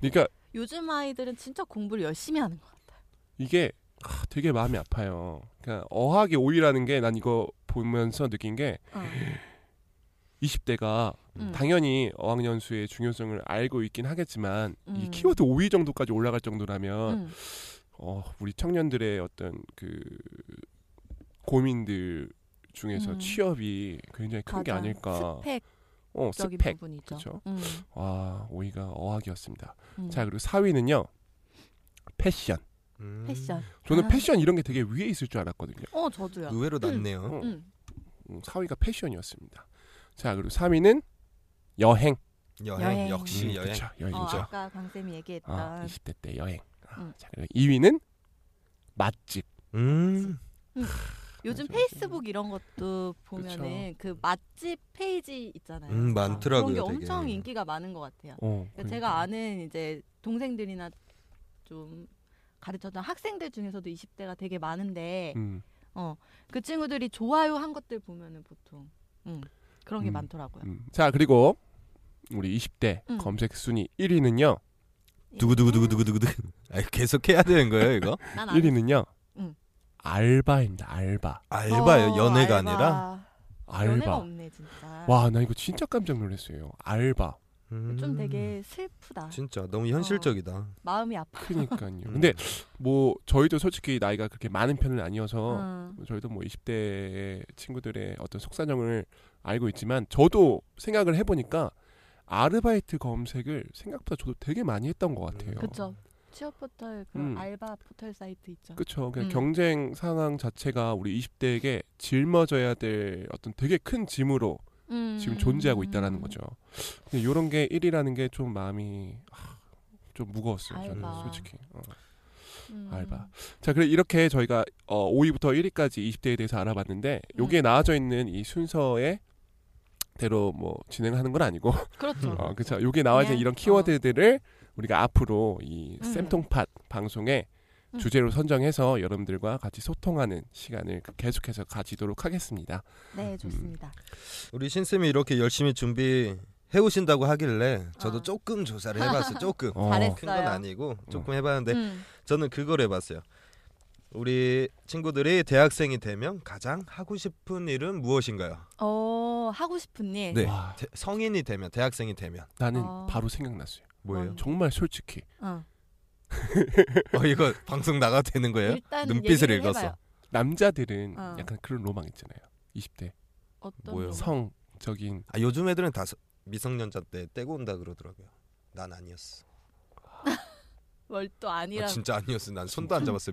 S3: 그러니까
S4: 요즘 아이들은 진짜 공부를 열심히 하는 것 같아요.
S3: 이게 아, 되게 마음이 아파요. 그러니까 어학이 5위라는 게 난 이거 보면서 느낀 게
S4: 어.
S3: 20대가
S4: 음.
S3: 당연히 어학연수의 중요성을 알고 있긴 하겠지만 이
S4: 음.
S3: 키워드 5위 정도까지 올라갈 정도라면
S4: 음,
S3: 어, 우리 청년들의 어떤 그 고민들 중에서
S4: 음.
S3: 취업이 굉장히 큰 게
S4: 맞아.
S3: 아닐까.
S4: 스펙적인
S3: 어, 스펙.
S4: 부분이죠.
S3: 그쵸.
S4: 음,
S3: 와, 5위가 어학이었습니다.
S4: 음.
S3: 자, 그리고 4위는요. 패션.
S5: 음.
S4: 패션.
S3: 저는
S4: 아.
S3: 패션 이런 게 되게 위에 있을 줄 알았거든요.
S4: 어,
S3: 음.
S4: 저도요.
S5: 의외로 낮네요.
S3: 어,
S4: 음.
S3: 음, 4위가 패션이었습니다. 자, 그리고 3위는 여행.
S5: 여행,
S4: 여행.
S5: 역시
S3: 음,
S5: 여행.
S3: 그쵸,
S4: 어,
S3: 여행이죠.
S4: 아까 강쌤이 얘기했던
S3: 아, 20대 때 여행. 아,
S4: 음.
S3: 자, 그리고 2위는 맛집.
S5: 음.
S4: 요즘
S3: 그래서-
S4: 페이스북 이런 것도 보면은 그 맛집 페이지 있잖아요. 어,
S5: 음, 많더라고요,
S4: 그런 게
S5: 되게.
S4: 엄청 인기가 많은 것 같아요.
S3: 어,
S4: 그러니까 제가 아는 이제 동생들이나 좀 가르쳤던 학생들 중에서도 20대가 되게 많은데
S3: 음,
S4: 그 친구들이 좋아요 한 것들 보면은 보통 음, 그런 게
S3: 음,
S4: 많더라고요.
S3: 음. 자, 그리고 우리 20대
S4: 음. 아,
S3: 검색 순위 1위는요.
S5: 두구두구두구두구두구. 아, 계속 해야 되는 거예요, 이거?
S4: 난 안-
S3: 1위는요.
S4: 음.
S3: 알바입니다. 알바.
S5: 알바예요.
S4: 어, 알바.
S5: 연애가 아니라.
S4: 연애가
S3: 알바.
S4: 없네 진짜.
S3: 와, 나 이거 진짜 깜짝 놀랐어요. 알바.
S5: 음.
S4: 좀 되게 어. 슬프다.
S5: 진짜 너무 현실적이다. 음.
S4: 마음이 아파.
S3: 그니까요. 근데 뭐 저희도 솔직히 나이가 그렇게 많은 편은 아니어서
S4: 음.
S3: 저희도 뭐 20대 친구들의 어떤 속사정을 알고 있지만 저도 생각을 해보니까 아르바이트 검색을 생각보다 저도 되게 많이 했던 것 같아요.
S5: 음.
S4: 그쵸. 취업 포털 그런
S3: 음.
S4: 알바 포털 사이트 있죠.
S3: 그쵸. 그냥
S4: 음.
S3: 경쟁 상황 자체가 우리 20대에게 짊어져야 될 어떤 되게 큰 짐으로
S4: 음.
S3: 지금 존재하고 있다라는 거죠. 이런 게 1이라는 게 좀 마음이 하, 좀 무거웠어요. 저는
S4: 알바.
S3: 솔직히. 어.
S4: 음.
S3: 알바. 자, 그래 이렇게 저희가 어, 5위부터 1위까지 20대에 대해서 알아봤는데
S4: 네.
S3: 여기에 나와져 있는 이 순서에 대로 뭐 진행하는 건 아니고
S4: 그렇죠.
S3: 어, 그쵸 여기에 나와 있는
S4: 그냥,
S3: 이런 키워드들을 우리가 앞으로 이
S4: 음.
S3: 쌤통팟 방송에
S4: 음.
S3: 주제로 선정해서 여러분들과 같이 소통하는 시간을 계속해서 가지도록 하겠습니다.
S4: 네, 좋습니다.
S5: 우리 신쌤이 이렇게 열심히 준비해 오신다고 하길래 저도
S4: 어.
S5: 조금 조사를 해봤어요. 조금
S3: 어,
S4: 잘했어요.
S5: 큰 건 아니고 조금
S3: 네.
S5: 해봤는데
S4: 음.
S5: 저는 그걸 해봤어요. 우리 친구들이 대학생이 되면 가장 하고 싶은 일은 무엇인가요?
S4: 어, 하고 싶은 일.
S5: 네,
S3: 와.
S5: 대- 성인이 되면 대학생이 되면
S3: 나는
S4: 어.
S3: 바로 생각났어요.
S5: 뭐예요?
S3: 정말 솔직히
S4: 어.
S5: 어, 이거 방송 나가도 되는 거예요?
S4: 일단
S5: 눈빛을
S4: 얘기를
S5: 읽었어.
S4: 해봐요.
S3: 남자들은
S4: 어.
S3: 약간 그런 로망 있잖아요. 20대
S4: 어떤
S5: 뭐예요?
S4: 거? 음,
S3: 성적인
S5: 아, 요즘 애들은 다 서- 미성년자 때 떼고 온다 그러더라고요. 난 아니었어.
S4: 뭘또
S5: 아,
S4: 아니라.
S5: 진짜 아니었어. 난 손도 안 잡았어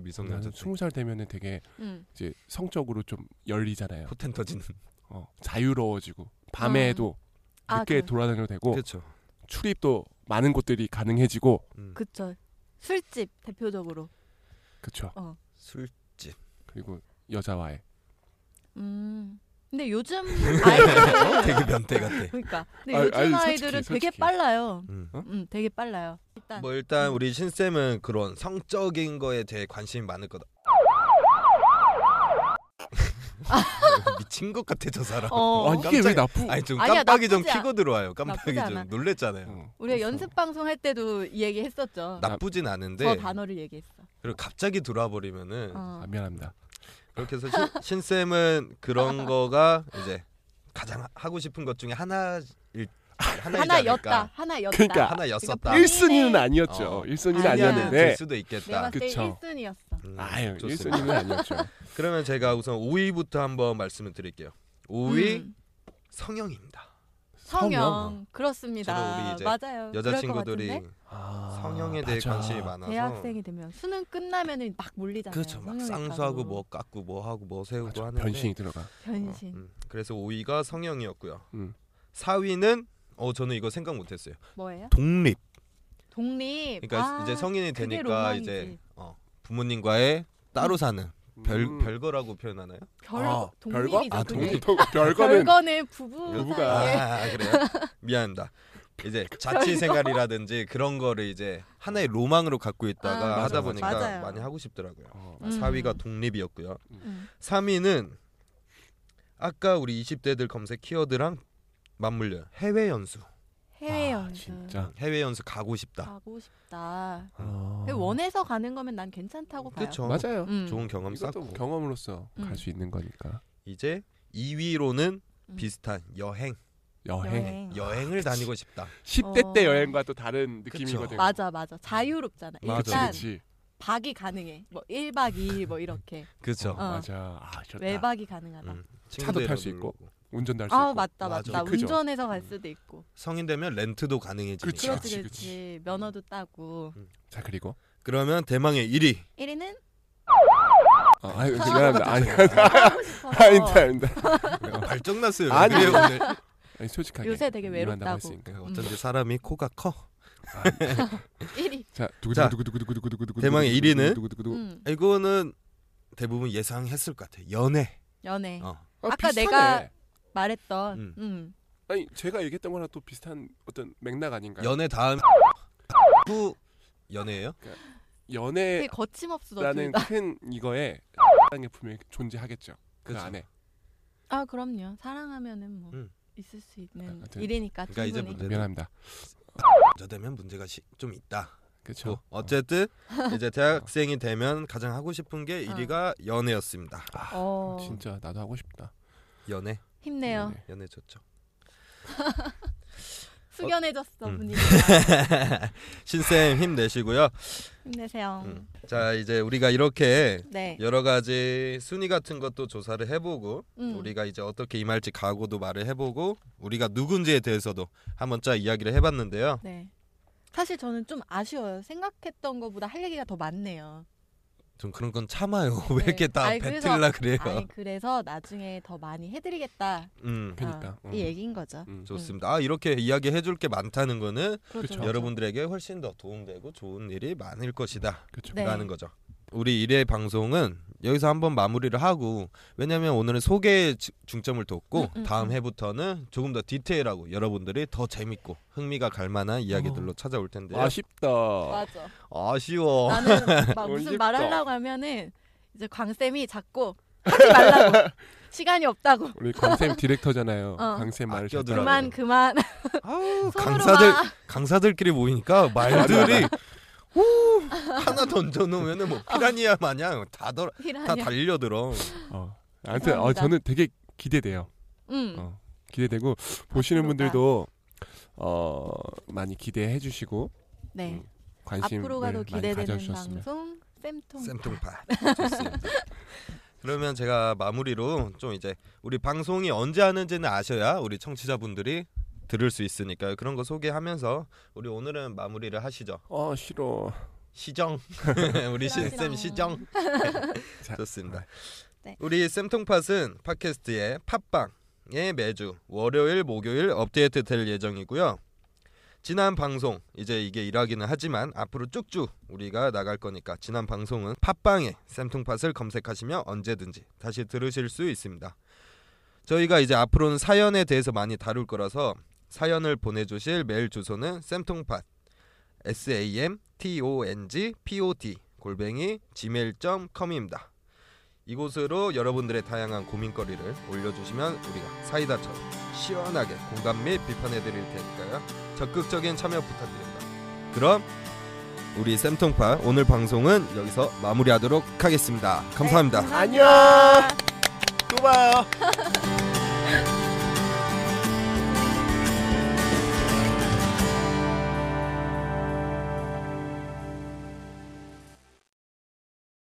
S3: 나는
S5: 미성년자 때.
S3: 20살 되면은 되게
S4: 음.
S3: 이제 성적으로 좀 열리잖아요.
S5: 포텐 터지는.
S3: 어, 자유로워지고 밤에도
S4: 아,
S3: 늦게
S4: 그럼.
S3: 돌아다녀도 되고
S5: 그렇죠.
S3: 출입도 많은 곳들이 가능해지고
S5: 음.
S4: 그쵸. 술집 대표적으로. 어.
S3: 그쵸
S5: 술
S3: 그리고 여자와의
S4: 음. 근데 요즘 아이들
S5: 되게 변태 같아.
S4: 그러니까 근데
S3: 네. 아니,
S4: 요즘
S3: 아니, 솔직히,
S4: 아이들은 되게
S3: 솔직히.
S4: 빨라요.
S5: 음.
S4: 음, 되게 빨라요. 일단
S5: 뭐 일단 우리 신 쌤은 그런 성적인 거에 대해 관심이 많을 거다. 미친 것 같아 저 사람.
S4: 어,
S3: 아 이게 왜
S5: 깜짝이야.
S3: 나쁘?
S5: 아니 좀
S4: 아니야,
S5: 깜빡이 좀
S4: 나쁘지 아-
S5: 키고 들어와요. 깜빡이
S4: 나쁘지 않아.
S5: 좀 놀랬잖아요.
S3: 어,
S4: 우리가
S3: 그래서.
S4: 연습 방송 할 때도 이 얘기
S3: 어.
S4: 했었죠.
S5: 나쁘진
S4: 저
S5: 않은데
S4: 단어를 얘기했어.
S5: 그리고 갑자기 들어와 버리면은
S4: 어.
S3: 아, 미안합니다.
S5: 그렇게 해서 신, 쌤은 그런 거가 이제 가장 하- 하고 싶은 것 중에 하나일 하나이지
S4: 하나였다.
S5: 않을까.
S4: 하나였다.
S3: 그러니까
S5: 하나였었다.
S4: 아,
S3: 일 1순위는 아니었죠.
S5: 어.
S3: 1순위는
S4: 아니야. 네,
S5: 될
S3: 아니었는데
S5: 수도
S4: 내가
S5: 있겠다.
S4: 봤을 때
S3: 그쵸.
S4: 1순위였어.
S5: 음,
S3: 아유
S5: 좋습니다.
S3: 1순위는 아니었죠.
S5: 그러면 제가 우선 5위부터 한번 말씀을 드릴게요. 5위
S4: 음.
S5: 성형입니다.
S4: 성형.
S3: 성형.
S5: 저도
S4: 그렇습니다.
S5: 우리 이제
S4: 맞아요. 음, 그럴
S5: 여자친구들이
S4: 것
S3: 아,
S5: 성형에 대해 관심이
S4: 같은데?
S5: 많아서
S4: 대학생이 되면 수능 끝나면은 막 몰리잖아요.
S5: 그렇죠. 막
S4: 성형외과로.
S5: 쌍수하고 뭐 깎고 뭐 하고 뭐 세우고
S3: 맞아,
S5: 하는데
S3: 변신이 들어가.
S4: 변신.
S5: 음, 그래서 5위가 성형이었고요.
S3: 음.
S5: 4위는 어 저는 이거 생각 못했어요.
S4: 뭐예요?
S5: 독립.
S4: 독립.
S5: 그러니까
S4: 아,
S5: 이제 성인이
S4: 그게
S5: 되니까
S4: 로망이지.
S5: 이제 어, 부모님과의 따로 사는 별
S3: 음.
S5: 별거라고 표현하나요?
S4: 별
S3: 아, 별거?
S4: 독립이죠.
S3: 아
S4: 독립.
S3: 독립 별거는
S4: 별거는 부부
S3: 부부가.
S4: 사이에
S5: 아 그래요? 미안합니다. 이제
S4: 그
S5: 자취 생활이라든지 그런 거를 이제 하나의 로망으로 갖고
S4: 아,
S5: 있다가
S3: 맞아,
S5: 하다
S3: 맞아.
S5: 보니까
S4: 맞아요.
S5: 많이 하고 싶더라고요.
S3: 어,
S4: 음.
S5: 4위가 독립이었고요.
S4: 음.
S5: 3위는 아까 우리 20대들 검색 키워드랑 맞물려 해외 연수.
S4: 해외
S3: 아,
S4: 연수
S3: 진짜.
S5: 해외 연수 가고 싶다.
S4: 가고 싶다.
S3: 어.
S4: 근데 원해서 가는 거면 난 괜찮다고 봐요.
S5: 그렇죠.
S3: 맞아요.
S4: 음.
S5: 좋은 경험
S3: 이것도
S5: 쌓고
S3: 경험으로서
S4: 음.
S3: 갈 수 있는 거니까
S5: 이제 2위로는
S4: 음. 아,
S5: 비슷한 여행.
S4: 네.
S3: 여행.
S4: 여행.
S5: 여행을 다니고 싶다.
S3: 10대 때
S4: 어.
S3: 여행과 또 다른 느낌이거든.
S4: 맞아 맞아 자유롭잖아.
S5: 맞아.
S4: 일단
S3: 네. 그렇지.
S4: 박이 가능해. 뭐 1박 2일 뭐 이렇게
S5: 그렇죠.
S4: 어.
S3: 맞아. 아, 좋다.
S4: 외박이 가능하다.
S5: 음.
S3: 차도 탈수 있고. 운전도 할수
S4: 아
S3: 있고.
S4: 맞다
S5: 맞아.
S4: 맞다.
S3: 크죠.
S4: 운전해서 갈 수도 있고.
S5: 성인 되면 렌트도 가능해지니까.
S3: 그렇지,
S4: 그렇지
S3: 그렇지.
S4: 그렇지. 면허도 따고.
S3: 자, 그리고
S5: 그러면 대망의 1위.
S4: 1위는
S3: 아, 아니, 미안합니다. 아니,
S4: 하고 싶어서.
S3: 아니다, 아니다.
S5: 발정났어요.
S3: 아니.
S5: 아니에요 음. 오늘. 네,
S3: 아니, 솔직하게.
S4: 요새 되게
S3: 이만하다고
S4: 외롭다고.
S3: 했으니까.
S5: 어쩐지 사람이 코가 커.
S4: 1위.
S3: 자,
S5: 자,
S3: 두구두구두구두구두구두구두구.
S5: 대망의 1위는?
S3: 두구두구두구.
S4: 음.
S5: 이거는 대부분 예상했을 것 같아. 연애.
S4: 연애.
S5: 어.
S3: 아,
S4: 아까
S3: 비슷하네.
S4: 내가- 말했던.
S5: 음.
S4: 음.
S3: 아니, 제가 얘기했던 거랑 또 비슷한 어떤 맥락 아닌가요?
S5: 연애 다음 후 연애예요?
S4: 되게
S3: 연애
S4: 거침없어
S3: 네. 라는
S4: 둘 다.
S3: 큰 이거에 땅에 분명히 존재하겠죠. 그
S5: 그쵸.
S3: 안에.
S4: 아 그럼요. 사랑하면은 뭐
S5: 음.
S4: 있을 수 있는
S3: 하여튼.
S4: 일이니까
S5: 그러니까 이제
S4: 충분히.
S5: 문제-
S3: 미안합니다.
S5: 여자 되면 문제가 시- 좀 있다.
S3: 그렇죠.
S5: 뭐 어쨌든 이제 대학생이 되면 가장 하고 싶은 게
S4: 어.
S5: 1위가 연애였습니다.
S4: 어,
S3: 진짜 나도 하고 싶다.
S5: 연애,
S4: 힘내요.
S3: 연애.
S5: 연애 좋죠.
S4: 숙연해졌어
S5: 음.
S4: 분위기가.
S5: 신쌤 힘내시고요.
S4: 힘내세요.
S5: 음. 자 이제 우리가 이렇게
S4: 네.
S5: 여러 가지 순위 같은 것도 조사를 해보고
S4: 음.
S5: 우리가 이제 어떻게 임할지 각오도 말을 해보고 우리가 누군지에 대해서도 한번 쫙 이야기를 해봤는데요.
S4: 네. 사실 저는 좀 아쉬워요. 생각했던 것보다 할 얘기가 더 많네요.
S5: 좀 그런 건 참아요. 왜 이렇게 다
S4: 네. 아이, 그래서-
S5: 뱉으려 그래요?
S4: 아니 그래서 나중에 더 많이 해드리겠다
S5: 음.
S3: 그러니까.
S4: 어, 이 얘기인 거죠.
S3: 음.
S5: 좋습니다. 아 이렇게 이야기해 줄 게 많다는 거는
S4: 그렇죠.
S3: 그쵸.
S5: 여러분들에게 훨씬 더 도움되고 좋은 일이 많을 것이다.
S3: 그렇죠.
S4: 네.
S5: 라는 거죠. 우리 1회 방송은 여기서 한번 마무리를 하고 왜냐면 오늘은 소개에 지- 중점을 뒀고
S4: 음, 음,
S5: 다음
S4: 음.
S5: 회부터는 조금 더 디테일하고 여러분들이 더 재밌고 흥미가 갈 만한
S4: 어.
S5: 이야기들로 찾아올 텐데요.
S3: 아쉽다.
S4: 맞아.
S5: 쉬워
S4: 아. 나는 막
S3: 뭔지
S4: 무슨 말
S3: 또.
S4: 하려고 하면은 이제 광 쌤이 자꾸 하지 말라고 시간이 없다고
S3: 우리 강쌤 디렉터잖아요.
S4: 어.
S3: 강쌤 말을 잘
S5: 아껴들어.
S3: 따라가요.
S4: 그만 그만 손으로
S5: 아우, 강사들
S4: 막.
S5: 강사들끼리 모이니까 말들이 오, 하나 던져 놓으면은
S4: 어.
S5: 뭐 피라니아 마냥 다, 덜- 다
S4: 이라냐.
S5: 달려들어.
S3: 어. 아무튼 어,
S4: 감사합니다.
S3: 저는 되게 기대돼요.
S4: 음. 그러니까.
S3: 어. 기대되고 보시는
S4: 앞으로가-
S3: 분들도 어, 많이 기대해 주시고
S4: 네.
S3: 관심을 네,
S4: 앞으로가 더
S3: 많이 가져
S4: 기대되는
S3: 주셨으면.
S4: 방송 쌤통.
S5: 쌤통파 좋습니다. 그러면 제가 마무리로 좀 이제 우리 방송이 언제 하는지는 아셔야 우리 청취자분들이 들을 수 있으니까요. 그런 거 소개하면서 우리 오늘은 마무리를 하시죠.
S3: 어, 싫어.
S5: 시정 우리 신쌤
S4: 시정.
S5: 시정 네,
S3: 자,
S5: 좋습니다.
S4: 네.
S5: 우리 쌤통팟은 팟캐스트의 팟빵에 매주 월요일 목요일 업데이트 될 예정이고요. 지난 방송 이제 이게 일하기는 하지만 앞으로 쭉쭉 우리가 나갈 거니까 지난 방송은 팟빵에 쌤통팟을 검색하시면 언제든지 다시 들으실 수 있습니다. 저희가 이제 앞으로는 사연에 대해서 많이 다룰 거라서 사연을 보내주실 메일 주소는 쌤통팟 s a m t o n g p o d 골뱅이 gmail.com입니다. 이곳으로 여러분들의 다양한 고민거리를 올려주시면 우리가 사이다처럼 시원하게 공감 및 비판해 드릴 테니까요. 적극적인 참여 부탁드립니다. 그럼 우리 쌤통파 오늘 방송은 여기서 마무리하도록 하겠습니다. 감사합니다.
S3: 안녕. 또 봐요.